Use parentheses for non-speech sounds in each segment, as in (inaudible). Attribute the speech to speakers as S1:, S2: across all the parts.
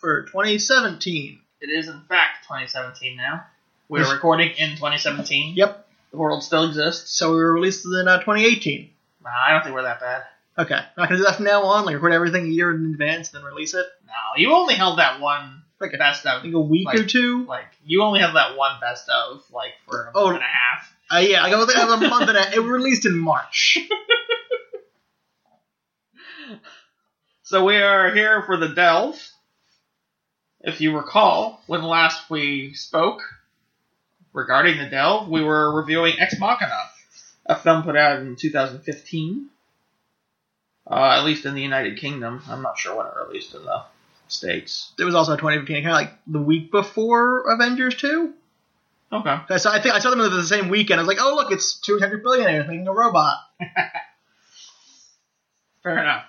S1: for 2017.
S2: It is, in fact, 2017 now. We're
S1: Yes.
S2: recording in 2017.
S1: Yep.
S2: The world still exists.
S1: So we released it in uh, 2018.
S2: Nah, I don't think we're that bad.
S1: Okay. Not gonna do that from now on. Like record everything a year in advance, then release it.
S2: No, you only held that one
S1: Like a-
S2: best of.
S1: Like a week
S2: Like-
S1: or two.
S2: Like, you only have that one best of, like, for a
S1: Oh.
S2: month and a half.
S1: Uh, yeah. Like I don't think I have a month and a, it was released in March.
S2: So we are here for the Delve. If you recall, when last we spoke regarding the Delve, we were reviewing Ex Machina, a film put out in 2015. Uh, at least in the United Kingdom. I'm not sure when it released in the States.
S1: It was also 2015. Kind of like the week before Avengers 2.
S2: Okay.
S1: I saw. I think I saw them the same weekend. I was like, oh look, it's two hundred billionaires making a robot.
S2: Fair enough.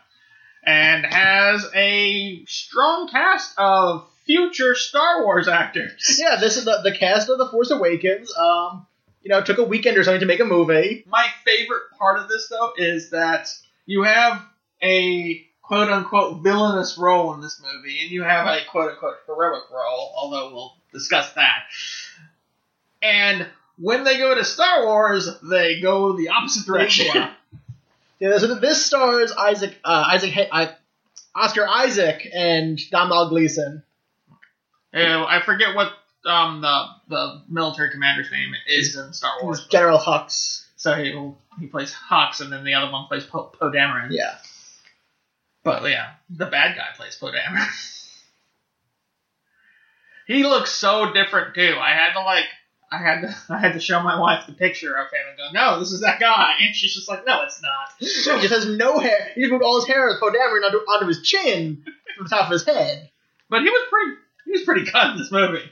S2: And has a strong cast of future Star Wars actors.
S1: Yeah, this is the, the cast of The Force Awakens. Um, you know, took a weekend or something to make a movie.
S2: My favorite part of this, though, is that you have a quote unquote villainous role in this movie, and you have a quote unquote heroic role, although we'll discuss that. And when they go to Star Wars, they go the opposite direction. (laughs)
S1: Yeah. Yeah, so this stars Isaac, uh, Isaac, Hay- I, Oscar Isaac, and Donald Gleason.
S2: Uh, I forget what um, the, the military commander's name is in Star Wars.
S1: Who's General Hux.
S2: So he he plays Hux, and then the other one plays Poe po Dameron.
S1: Yeah,
S2: But yeah, the bad guy plays Poe Dameron. (laughs) he looks so different too. I had to like, I had to, (laughs) I had to show my wife the picture of him and go, no, this is that guy, and she's just like, no, it's not.
S1: he just has no hair. He just moved all his hair as Poe Dameron onto, onto his chin from the top of his head.
S2: But he was pretty, he was pretty good in this movie.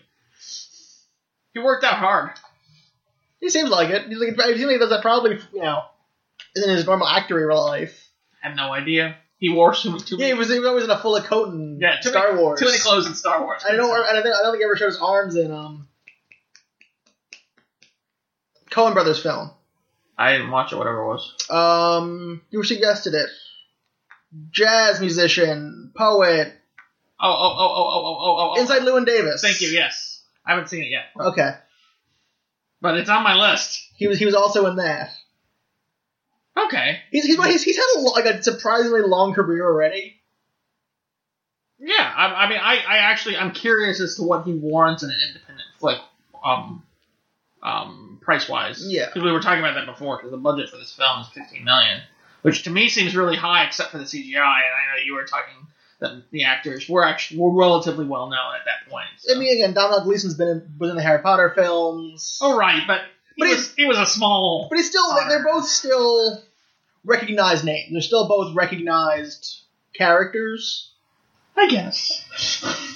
S2: He worked out hard.
S1: He seems like it. He's like, he seems like he does that probably, you know, in his normal actory life.
S2: I have no idea. He wore too, too
S1: Yeah, he
S2: many,
S1: was, he was always in a full of coat in
S2: Yeah, too
S1: Star Wars.
S2: too many clothes in Star Wars.
S1: I don't. I don't, I don't think he ever shows arms in um. Cohen Brothers film.
S2: I didn't watch it. Whatever it was.
S1: Um, you suggested it. Jazz musician, poet,
S2: Oh oh oh oh oh oh oh oh.
S1: inside Lewin Davis.
S2: Thank you. Yes, I haven't seen it yet,
S1: Okay,
S2: but it's on my list.
S1: he was he was also in that.
S2: Okay.
S1: He's he's he's, he's had a, lo- like a surprisingly long career already.
S2: Yeah. I, I mean, I, I actually I'm curious as to what he warrants in an independent flick, um, um, price wise.
S1: Yeah.
S2: Because we were talking about that before. Because the budget for this film is 15 million, which to me seems really high, except for the CGI. And I know you were talking that the actors were actually were relatively well known at that point. so.
S1: I mean, again, Donald Gleason's been in, was in the Harry Potter films,
S2: oh right, but.
S1: But
S2: But he was, he was a small.
S1: but he's still like, they're both still recognized names. They're still both recognized characters.
S2: I guess.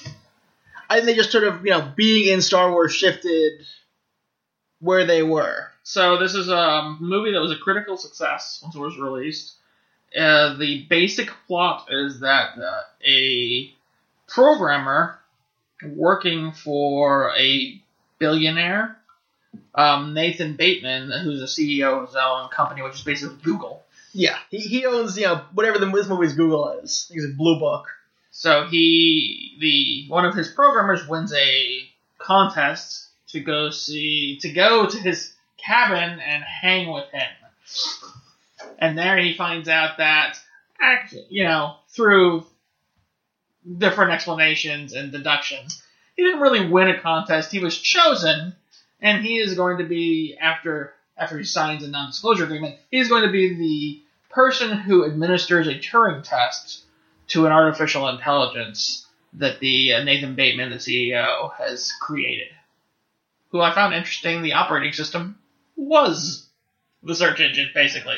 S1: I think they just sort of, you know, being in Star Wars shifted where they were.
S2: So this is a movie that was a critical success once it was released. Uh, the basic plot is that uh, a programmer working for a billionaire, um, Nathan Bateman, who's a CEO of his own company, which is basically Google.
S1: Yeah, he, he owns, you know, whatever the this movie's Google is. He's a Blue Book.
S2: So he, the one of his programmers, wins a contest to go see to go to his cabin and hang with him. And there he finds out that, act- you know, through different explanations and deductions, he didn't really win a contest. He was chosen, and he is going to be after after he signs a non-disclosure agreement. He's going to be the person who administers a Turing test to an artificial intelligence that the uh, Nathan Bateman, the CEO, has created. Who I found interesting, the operating system was the search engine, basically.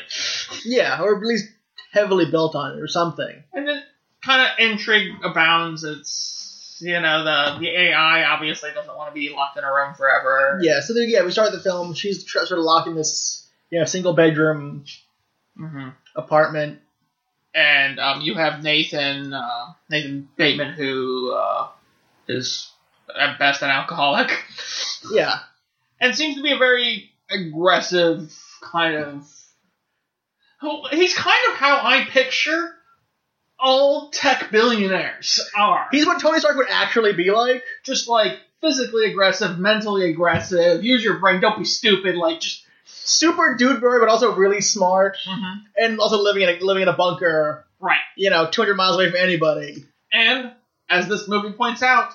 S1: Yeah, or at least heavily built on it or something.
S2: And then kind of intrigue abounds. It's, you know, the, the AI obviously doesn't want to be locked in a room forever.
S1: Yeah, so there, yeah, we start the film. She's tr- sort of locked in this, you know, single bedroom
S2: hmm
S1: apartment.
S2: and um, you have Nathan uh, Nathan Bateman, who uh, is at best an alcoholic,
S1: Yeah,
S2: and seems to be a very aggressive kind of. He's kind of how I picture all evil tech billionaires are.
S1: He's what Tony Stark would actually be like.
S2: just like physically aggressive, mentally aggressive. Use your brain. Don't be stupid. Like just.
S1: Super dude boy, but also really smart, and also living in a, living in a bunker,
S2: Right.
S1: you know, 200 miles away from anybody.
S2: And as this movie points out,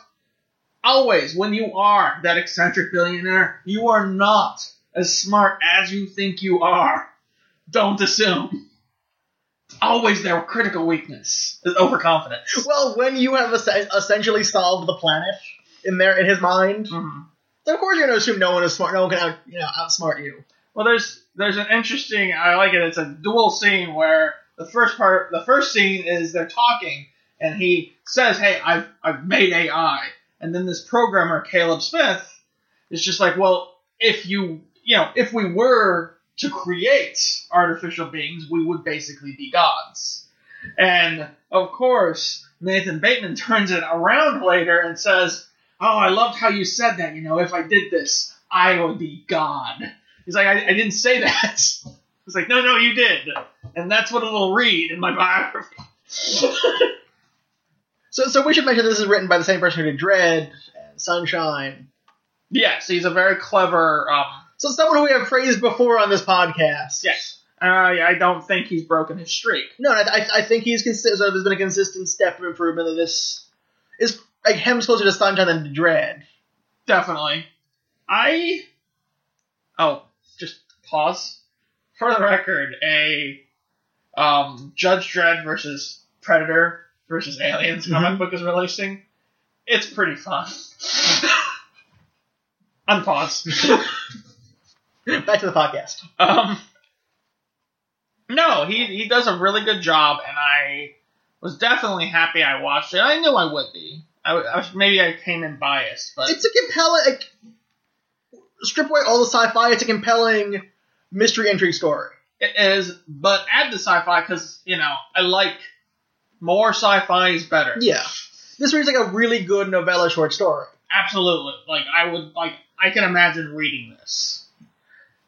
S2: always when you are that eccentric billionaire, you are not as smart as you think you are. Don't assume. It's always their critical weakness is overconfidence.
S1: Well, when you have es- essentially solved the planet in their in his mind,
S2: Mhm.
S1: then of course you're gonna assume no one is smart. No one can out you know outsmart you.
S2: Well, there's there's an interesting. I like it. It's a dual scene where the first part, the first scene is they're talking, and he says, "Hey, I've I've made AI," and then this programmer Caleb Smith is just like, "Well, if you you know if we were to create artificial beings, we would basically be gods," and of course Nathan Bateman turns it around later and says. Oh, I loved how you said that. You know, if I did this, I would be God. He's like, I, I didn't say that. (laughs) He's like, no, no, you did. And that's what it'll read in my biography. (laughs)
S1: So, so we should mention this is written by the same person who did Dread and Sunshine.
S2: yes, he's a very clever. Um,
S1: So someone who we have praised before on this podcast.
S2: yes. I, I don't think he's broken his streak.
S1: No, I, I- I think he's consistent. So there's been a consistent step of improvement. That this is like him's closer to Sunshine than to Dread. (laughs)
S2: Definitely. I. Oh, just pause. For the record, a um, Judge Dredd versus Predator versus Aliens comic book is releasing. It's pretty fun. (laughs) Unpause.
S1: Back to the podcast.
S2: Um, no, he he does a really good job, and I was definitely happy I watched it. I knew I would be. I, w- I was, maybe I came in biased, but
S1: It's a compelling. Like, strip away all the sci-fi. It's a compelling mystery intrigue story.
S2: it is. But add the sci-fi because you know I like more sci-fi is better.
S1: Yeah, this reads like a really good novella short story.
S2: Absolutely. Like I would like I can imagine reading this.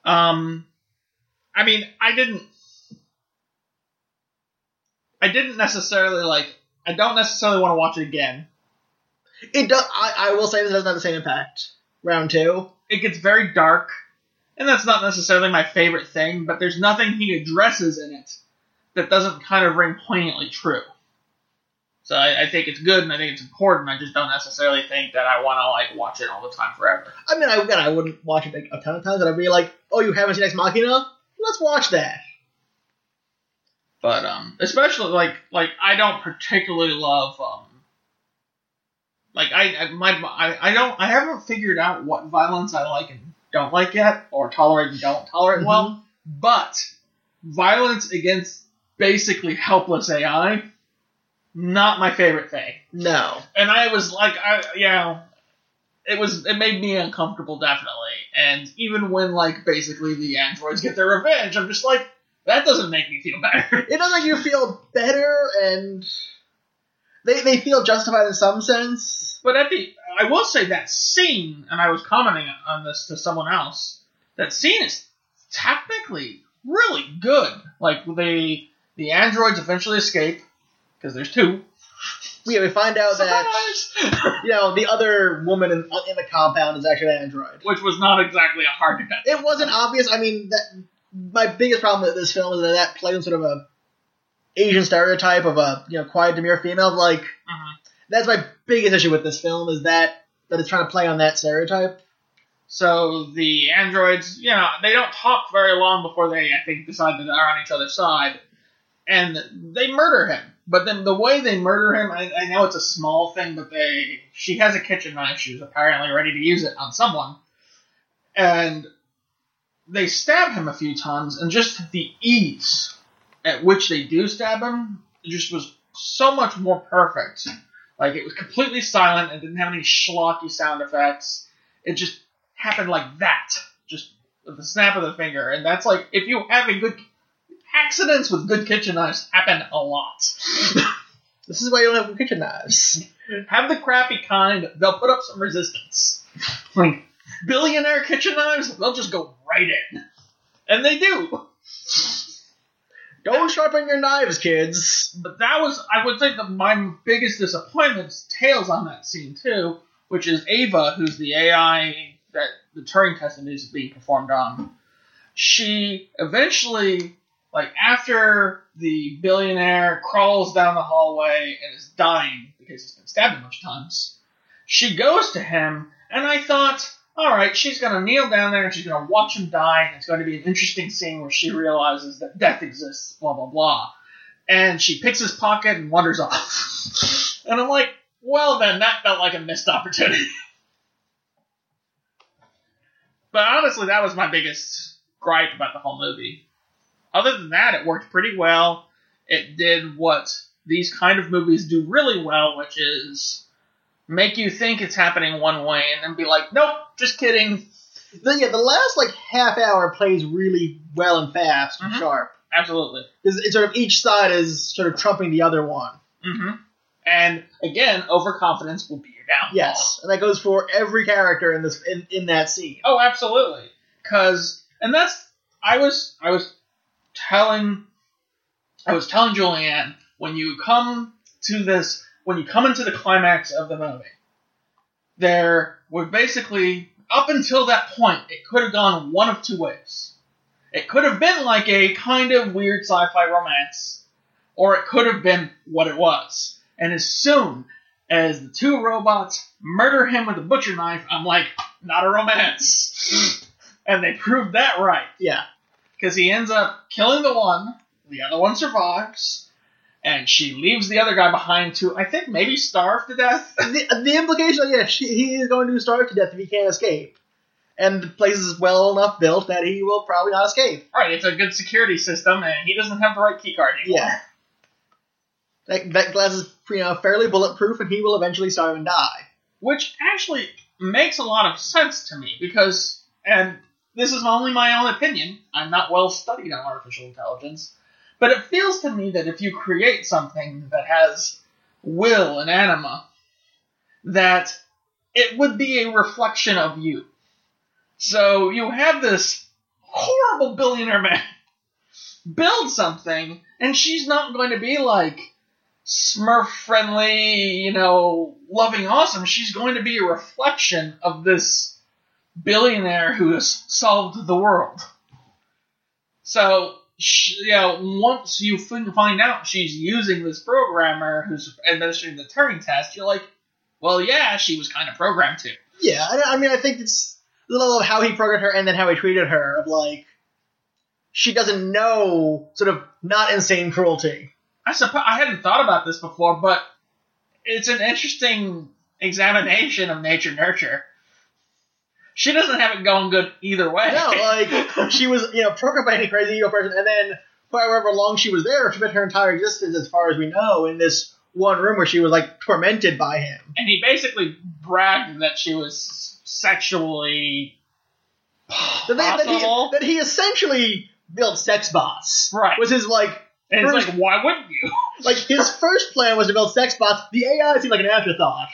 S2: Um I mean, I didn't I didn't necessarily like I don't necessarily want to watch it again.
S1: It does. I, I will say this doesn't have the same impact. Round two.
S2: It gets very dark, and that's not necessarily my favorite thing, but there's nothing he addresses in it that doesn't kind of ring poignantly true. So I, I think it's good and I think it's important. I just don't necessarily think that I want to like watch it all the time forever.
S1: I mean, I, again, I wouldn't watch it like, a ton of times, but I'd be like, oh, you haven't seen Ex Machina? Let's watch that.
S2: But um, especially like like I don't particularly love um, like I I, my, I I don't I haven't figured out what violence I like and don't like yet, or tolerate and don't tolerate well. But violence against basically helpless AI, not my favorite thing.
S1: No.
S2: And I was like, I you know, it was it made me uncomfortable definitely. And even when like basically the androids get their revenge, I'm just like that doesn't make me feel (laughs) better.
S1: It does make you feel better, and they, they feel justified in some sense.
S2: But at the, I will say that scene, and I was commenting on this to someone else. That scene is technically really good. Like the the androids eventually escape because there's two.
S1: Yeah, we find out that,
S2: Surprise!
S1: you know, the other woman in, in the compound is actually an android.
S2: Which was not exactly a hard defense.
S1: It wasn't obvious. I mean, that my biggest problem with this film is that that plays on sort of a Asian stereotype of a, you know, quiet, demure female. Like,
S2: Mhm.
S1: that's my biggest issue with this film is that, that it's trying to play on that stereotype.
S2: So the androids, you know, they don't talk very long before they, I think, decide that they're on each other's side, and they murder him. But then the way they murder him, I, I know it's a small thing, but they, she has a kitchen knife. She was apparently ready to use it on someone, and they stab him a few times, and just the ease at which they do stab him just was so much more perfect. Like it was completely silent and didn't have any schlocky sound effects. It just happened like that, just with the snap of the finger. And that's like if you have a good accidents with good kitchen knives happen a lot. (laughs)
S1: This is why you don't have kitchen knives.
S2: have the crappy kind; they'll put up some resistance. Like billionaire kitchen knives, they'll just go right in, and they do.
S1: Don't sharpen your knives, kids.
S2: But that was, I would think, that my biggest disappointment's Tails on that scene too, which is Ava, who's the AI that the Turing test is being performed on. She eventually, like after the billionaire crawls down the hallway and is dying because he's been stabbed a bunch of times, she goes to him, and I thought, all right, she's gonna kneel down there and she's gonna watch him die, and it's gonna be an interesting scene where she realizes that death exists, blah blah blah. And she picks his pocket and wanders off. (laughs) and I'm like, well then that felt like a missed opportunity. (laughs) but honestly, that was my biggest gripe about the whole movie. Other than that, it worked pretty well. It did what these kind of movies do really well, which is make you think it's happening one way and then be like, nope, just kidding.
S1: The, yeah, the last like half hour plays really well and fast and
S2: Mhm.
S1: sharp.
S2: Absolutely.
S1: Because it's sort of each side is sort of trumping the other one.
S2: hmm And again, overconfidence will be your downfall.
S1: Yes, and that goes for every character in this in, in that scene.
S2: Oh, absolutely. Cause, and that's, I was, I was telling, I was telling Julianne when you come to this, when you come into the climax of the movie, there were basically up until that point, it could have gone one of two ways. It could have been like a kind of weird sci-fi romance, or it could have been what it was. And as soon as the two robots murder him with a butcher knife, I'm like, not a romance. and they proved that right
S1: Yeah,
S2: because he ends up killing the one, the other one survives, and she leaves the other guy behind to, I think, maybe starve to death.
S1: the, the implication, yeah, she, he is going to starve to death if he can't escape, and the place is well enough built that he will probably not escape.
S2: right, it's a good security system, and he doesn't have the right keycard anymore.
S1: Yeah, that, that glass is you know fairly bulletproof, and he will eventually starve and die.
S2: which actually makes a lot of sense to me because and this is only my own opinion i'm not well studied on artificial intelligence but it feels to me that if you create something that has will and anima that it would be a reflection of you so you have this horrible billionaire man (laughs) build something and she's not going to be like smurf friendly, you know, loving awesome, she's going to be a reflection of this billionaire who has solved the world. So, sh you know, once you fin- find out she's using this programmer who's administering the Turing test, you're like, well, yeah, she was kind of programmed to.
S1: Yeah, I, I mean, I think it's the level of how he programmed her and then how he treated her of like she doesn't know sort of not insane cruelty.
S2: I suppose I hadn't thought about this before, but it's an interesting examination of nature nurture. She doesn't have it going good either way.
S1: No, like she was, you know, programmed by any crazy evil person, and then for however long she was there, she spent her entire existence, as far as we know, in this one room where she was like tormented by him.
S2: and he basically bragged that she was sexually
S1: That, they, that, he,
S2: possible.
S1: that he essentially built sex bots.
S2: Right.
S1: Was his like
S2: and it's
S1: first-
S2: like, why wouldn't you?
S1: like his first plan was to build sex bots. The AI seemed like an afterthought.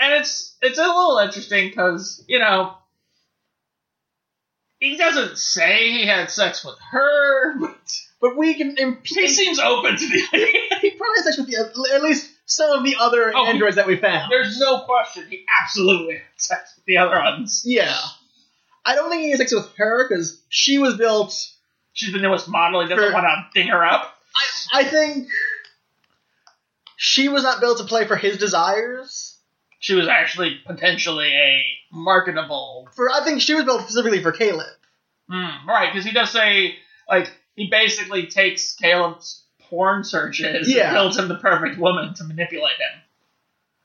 S2: And it's it's a little interesting because you know he doesn't say he had sex with her, but
S1: But we can
S2: he
S1: imply
S2: seems open to the idea.
S1: (laughs) he probably had sex with the, at least some of the other
S2: Oh, he-
S1: androids that we found.
S2: There's no question he absolutely had sex with the other ones.
S1: Yeah. I don't think he had sex with her because she was built
S2: She's the newest model. He doesn't
S1: Sure.
S2: want to ding her up.
S1: I think she was not built to play for his desires.
S2: She was actually potentially a marketable
S1: For I think she was built specifically for Caleb.
S2: Mm, right, because he does say, like, he basically takes Caleb's porn searches
S1: Yeah.
S2: and builds him the perfect woman to manipulate him.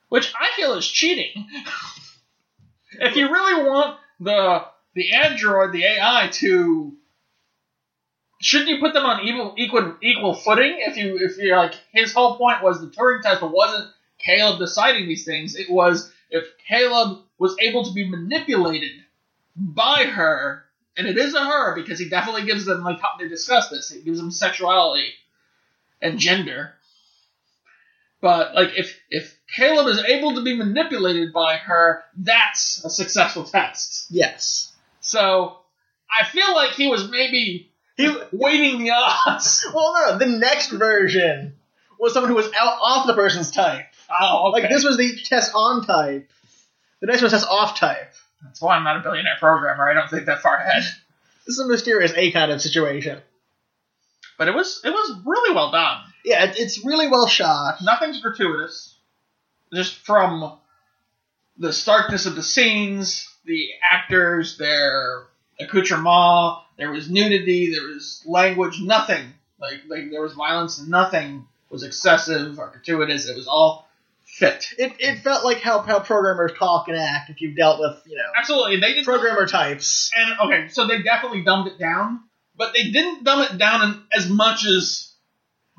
S2: Which I feel is cheating. (laughs) if you really want the the android, the AI, to shouldn't you put them on equal equal equal footing? If you if you're like his whole point was the Turing test wasn't Caleb deciding these things. It was if Caleb was able to be manipulated by her, and it is a her because he definitely gives them like how they discuss this. He gives them sexuality and gender. But like if if Caleb is able to be manipulated by her, that's a successful test.
S1: Yes.
S2: So I feel like he was maybe
S1: He,
S2: Waiting the odds.
S1: (laughs) well, no, the next version was someone who was out off the person's type.
S2: (laughs) Oh, okay.
S1: Like this was the test on type. The next one says off type.
S2: That's why I'm not a billionaire programmer. I don't think that far ahead.
S1: This is a mysterious A kind of situation.
S2: But it was it was really well done.
S1: Yeah, it, it's really well shot.
S2: Nothing's gratuitous. Just from the starkness of the scenes, the actors, their accoutrement, there was nudity, there was language, nothing. Like, like there was violence, nothing was excessive or gratuitous. It was all fit.
S1: It, it felt like how, how programmers talk and act if you've dealt with, you know,
S2: Absolutely, and they didn't
S1: programmer types.
S2: And okay, so they definitely dumbed it down, but they didn't dumb it down in, as much as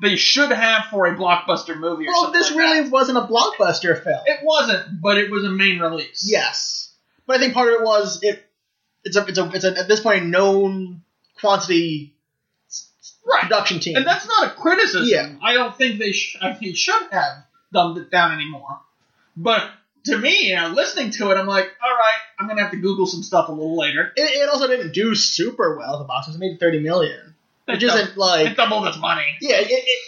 S2: they should have for a blockbuster movie. Or
S1: Well,
S2: something
S1: this
S2: like
S1: really
S2: that.
S1: wasn't a blockbuster film.
S2: it wasn't, but it was a main release.
S1: Yes, but I think part of it was it. It's a it's a it's a, at this point a known quantity
S2: right.
S1: production team.
S2: And that's not a criticism.
S1: Yeah.
S2: I don't think they sh- I think should have dumbed it down anymore. But to me, you know, listening to it, I'm like, all right, I'm gonna have to Google some stuff a little later.
S1: it, it also didn't do super well at the box office. It made thirty million,
S2: It,
S1: which
S2: dou-
S1: isn't
S2: it
S1: like
S2: doubled its money.
S1: yeah. It, it,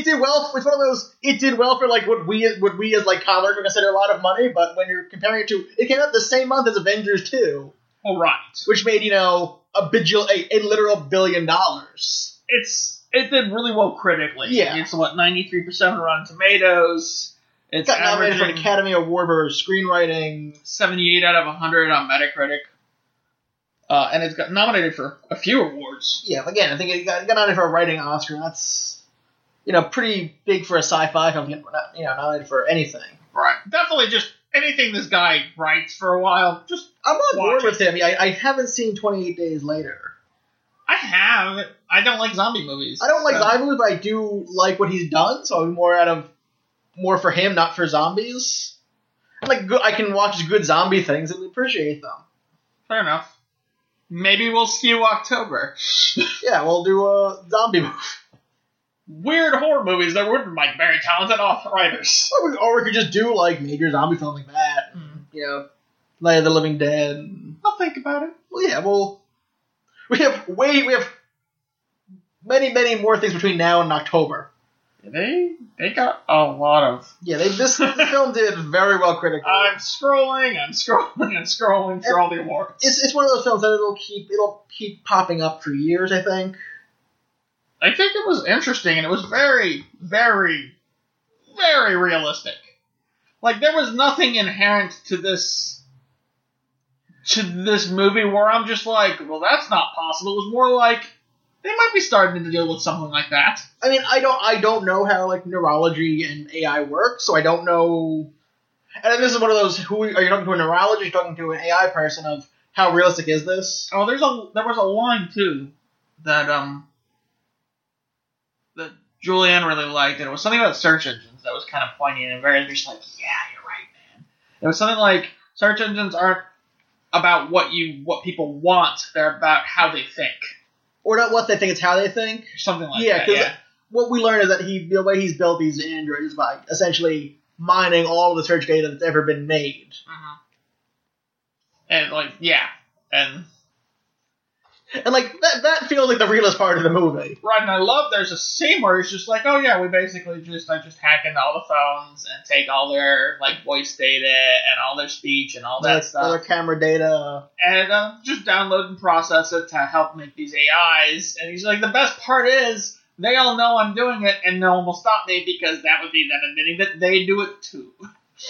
S1: it did well. It's one of those. It did well for like what we what we as like commoners would consider a lot of money. But when you're comparing it to, it came out the same month as Avengers Two,
S2: All right.
S1: which made you know a bigil a, a literal billion dollars.
S2: It's it did really well critically.
S1: Yeah.
S2: It's what 93 percent on Rotten Tomatoes.
S1: It
S2: It's
S1: got nominated for an
S2: averaging
S1: Academy Award for screenwriting.
S2: 78 out of 100 on Metacritic. Uh, and it's got nominated for a few awards.
S1: yeah, again, I think it got, it got nominated for a writing Oscar. That's you know pretty big for a sci-fi film. to get, You know, nominated for anything.
S2: Right. Definitely just anything this guy writes for a while, just
S1: I'm on board
S2: Watch it.
S1: with him. Yeah, I, I haven't seen 28 Days Later.
S2: I have. I don't like zombie movies.
S1: I don't like
S2: so-
S1: zombie movies, but I do like what he's done. So I'm more out of more for him, not for zombies. I Like good, I can watch good zombie things and appreciate them.
S2: Fair enough. Maybe we'll skew October.
S1: Yeah, we'll do a zombie movie,
S2: Weird horror movies that wouldn't like very talented author writers.
S1: or we, or we could just do like major zombie film like that. You know, Night of the Living Dead.
S2: I'll think about it.
S1: Well, yeah, well, we have way we have many many more things between now and October.
S2: They they got a lot of.
S1: Yeah, they, this, this film did very well critically.
S2: I'm scrolling. I'm scrolling. I'm scrolling for all the awards.
S1: it's, it's one of those films that it'll keep it'll keep popping up for years. I think.
S2: I think it was interesting, and it was very, very, very realistic. Like there was nothing inherent to this to this movie where I'm just like, well, that's not possible. It was more like they might be starting to deal with something like that.
S1: I mean, I don't I don't know how like neurology and AI work, so I don't know. And this is one of those who are you talking to a neurologist, you're talking to an AI person of how realistic is this?
S2: Oh, there's a there was a line too that um that Julianne really liked, and it was something about search engines that was kind of poignant and very just like, yeah, you're right, man. It was something like search engines aren't about what you what people want; they're about how they think,
S1: Or not what they think, it's how they think.
S2: or something like
S1: Yeah,
S2: that.
S1: 'cause-
S2: Yeah,
S1: what we learn is that he the way he's built these androids is by essentially mining all the search data that's ever been made.
S2: Mhm. and like yeah, and
S1: And like that that feels like the realest part of the movie.
S2: Right, and I love there's a scene where it's just like, oh yeah, we basically just like just hack into all the phones and take all their like voice data and all their speech and all that
S1: Like,
S2: stuff,
S1: other camera data.
S2: and uh, just download and process it to help make these AIs. And he's like, the best part is they all know I'm doing it, and no one will stop me because that would be them admitting that they do it too. (sighs)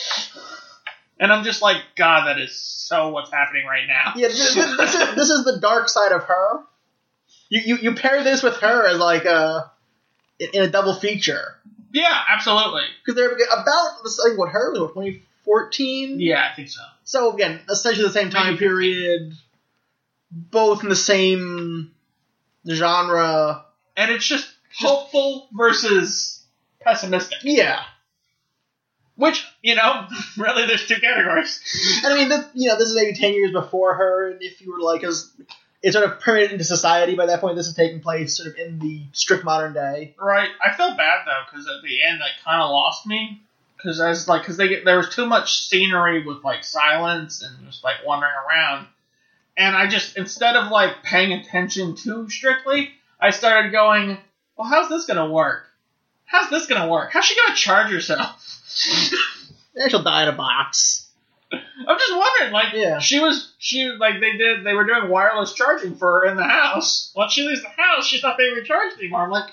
S2: And I'm just like, God, that is so what's happening right now.
S1: Yeah, this, this, is, this is the dark side of her. You, you you pair this with her as like a in, in a double feature
S2: (laughs) yeah, absolutely.
S1: because they're about the same what her was what 2014.
S2: Yeah, I think so.
S1: So again, essentially the same time period, both in the same genre.
S2: and it's just hopeful versus pessimistic.
S1: Yeah.
S2: Which you know, (laughs) really, there's two categories.
S1: And I mean, this, you know, this is maybe ten years before her, and if you were like, as it sort of permeated into society by that point. This is taking place sort of in the strict modern day.
S2: Right? I felt bad though because at the end, that kind of lost me. Because I was like, because they get there was too much scenery with like silence and just like wandering around, and I just instead of like paying attention too strictly, I started going, well, how's this gonna work? How's this gonna work? How's she gonna charge herself?
S1: Then she'll die in a box.
S2: I'm just wondering, like,
S1: Yeah.
S2: she was, she like they did, they were doing wireless charging for her in the house. Once she leaves the house, she's not being recharged anymore. I'm like,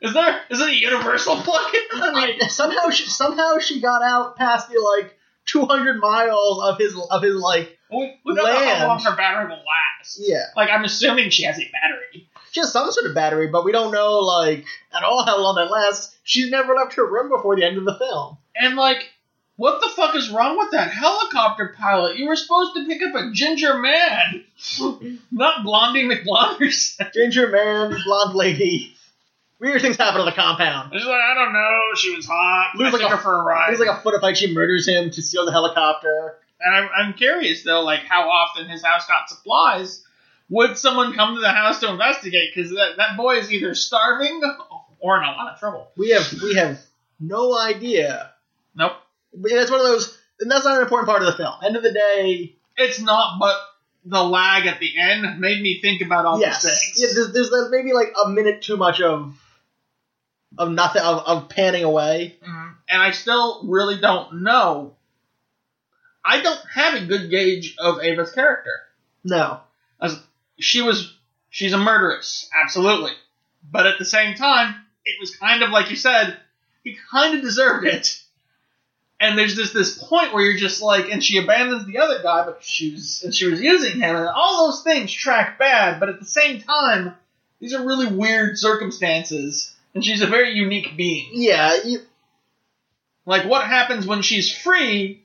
S2: is there, is it a universal (laughs) plug-in?
S1: I mean, somehow she somehow she got out past the like 200 miles of his of his like
S2: We, we don't know how
S1: Land.
S2: long her battery will last.
S1: yeah
S2: Like, I'm assuming she has a battery.
S1: she has some sort of battery, but we don't know like at all how long that lasts. She's never left her room before the end of the film.
S2: And like, what the fuck is wrong with that helicopter pilot? You were supposed to pick up a ginger man, (laughs) not Blondie McBlonde. or (laughs) something.
S1: Ginger man, blonde lady. Weird things happen on the compound.
S2: She's like, I don't know. She was hot.
S1: Looks
S2: I
S1: like
S2: took
S1: a-
S2: her for a ride.
S1: He's like a foot of fight. She murders him to steal the helicopter.
S2: And I'm, I'm curious though, like how often his house got supplies. Would someone come to the house to investigate? Because that, that boy is either starving or in a lot of trouble.
S1: We have we have no idea.
S2: Nope.
S1: But That's one of those, and that's not an important part of the film. End of the day,
S2: It's not, but the lag at the end made me think about all
S1: yes,
S2: these things.
S1: yeah, there's, there's, there's maybe like a minute too much of of nothing of, of panning away.
S2: Mhm. And I still really don't know. I don't have a good gauge of Ava's character.
S1: No,
S2: She was, she's a murderess, absolutely. But at the same time, it was kind of like you said, he kind of deserved it. And there's just this point where you're just like, and she abandons the other guy, but she was, and she was using him, and all those things track bad. But at the same time, these are really weird circumstances, and she's a very unique being.
S1: yeah, you,
S2: Like, what happens when she's free?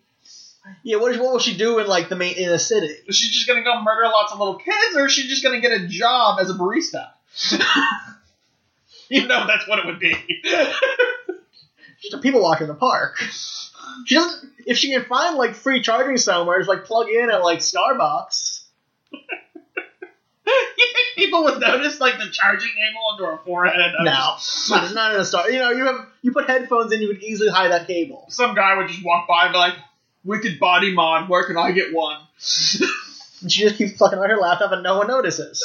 S1: yeah. What, is- what will she do in like the main in the city?
S2: Is she just gonna go murder lots of little kids, or is she just gonna get a job as a barista? (laughs) you know, that's what it would be. (laughs)
S1: Just a people walk in the park. She doesn't. If she can find like free charging somewhere, just like plug in at like Starbucks.
S2: you think people would notice, like, the charging cable under her forehead? I'm
S1: No,
S2: just-
S1: not, not in a star. You know, you have you put headphones in, you could easily hide that cable.
S2: Some guy would just walk by and be like, Wicked body mod, where can I get one? (laughs)
S1: And she just keeps plucking on her laptop, and no one notices.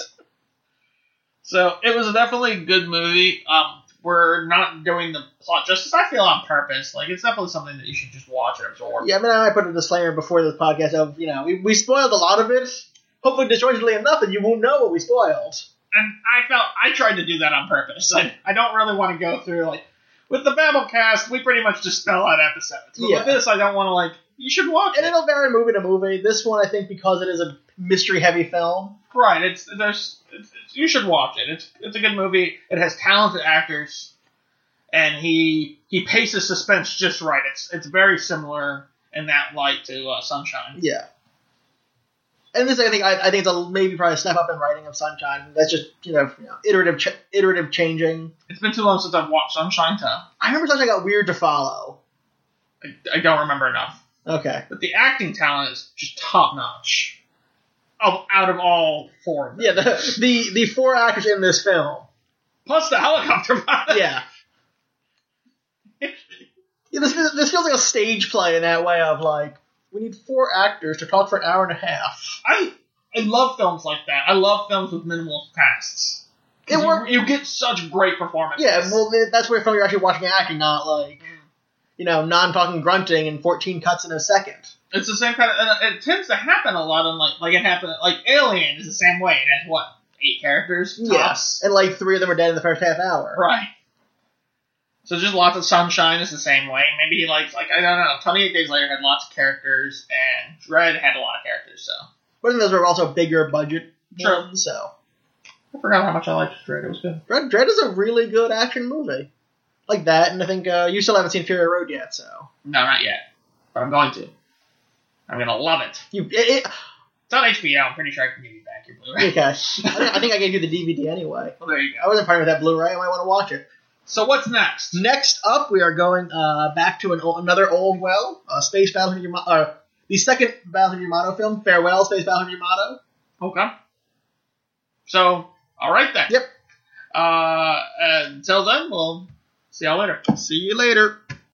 S2: So it was definitely a good movie. Um, we're not doing the plot justice, I feel, on purpose. Like, it's definitely something that you should just watch and absorb.
S1: Yeah, I mean, I might put a disclaimer before this podcast of, you know, we, we spoiled a lot of it. Hopefully, disjointedly enough that you won't know what we spoiled.
S2: and I felt I tried to do that on purpose. I, I don't really want to go through like with the Babblecast, we pretty much just spell out episodes. But
S1: Yeah.
S2: with this, I don't want to like you should watch
S1: And
S2: it.
S1: it'll vary movie to movie. This one, I think, because it is a mystery heavy film.
S2: Right? It's there's it's, it's- you should watch it. It's it's a good movie. It has talented actors, and he he paces suspense just right. It's it's very similar in that light to uh, Sunshine.
S1: Yeah. And this, I think, I, I think it's a, maybe probably a step up in writing of Sunshine. That's just, you know, you know, iterative ch- iterative changing.
S2: It's been too long since I've watched Sunshine. Town.
S1: I remember Sunshine got weird to follow.
S2: I, I don't remember enough.
S1: Okay.
S2: But the acting talent is just top notch. Of out of all four of them.
S1: Yeah, the, the, the four actors in this film.
S2: Plus the helicopter (laughs) pilot.
S1: Yeah. Yeah, this, feels- this feels like a stage play in that way of like we need four actors to talk for an hour and a half.
S2: I I love films like that. I love films with minimal casts. 'Cause
S1: It
S2: you-
S1: worked.
S2: You, get such great performances.
S1: Yeah, well, th- that's where you're actually watching acting, not like
S2: Mm.
S1: you know non-talking grunting and 14 cuts in a second.
S2: it's the same kind of. and It tends to happen a lot on like like it happened like Alien is the same way. It has what eight characters.
S1: Yes,
S2: tops?
S1: and like three of them are dead in the first half hour.
S2: Right. So just lots of sunshine is the same way. Maybe he likes like I don't know. Twenty Eight Days Later had lots of characters, and Dread had a lot of characters. So
S1: But then those were also bigger budget.
S2: True.
S1: ones, so
S2: I forgot how much I liked Dread. It was good.
S1: Dread, Dread is a really good action movie, like that. And I think uh, you still haven't seen Fury Road yet, so
S2: No, not yet. But I'm going to. I'm gonna love it.
S1: you
S2: (laughs)
S1: it, it,
S2: It's on HBO. I'm pretty sure I can give you back your Blu-ray.
S1: okay. I, think, I think I gave you the DVD anyway.
S2: (laughs) Well, there you go.
S1: I wasn't part of that Blu-ray. I might want to watch it.
S2: So what's next?
S1: Next up, we are going uh, back to an o- another old well, uh, Space Battle of Yamato, uh, the second Battle of Yamato film, Farewell, Space Battle of Yamato.
S2: Okay. So, all right then.
S1: Yep.
S2: Uh, until then, we'll see y'all later.
S1: See you later.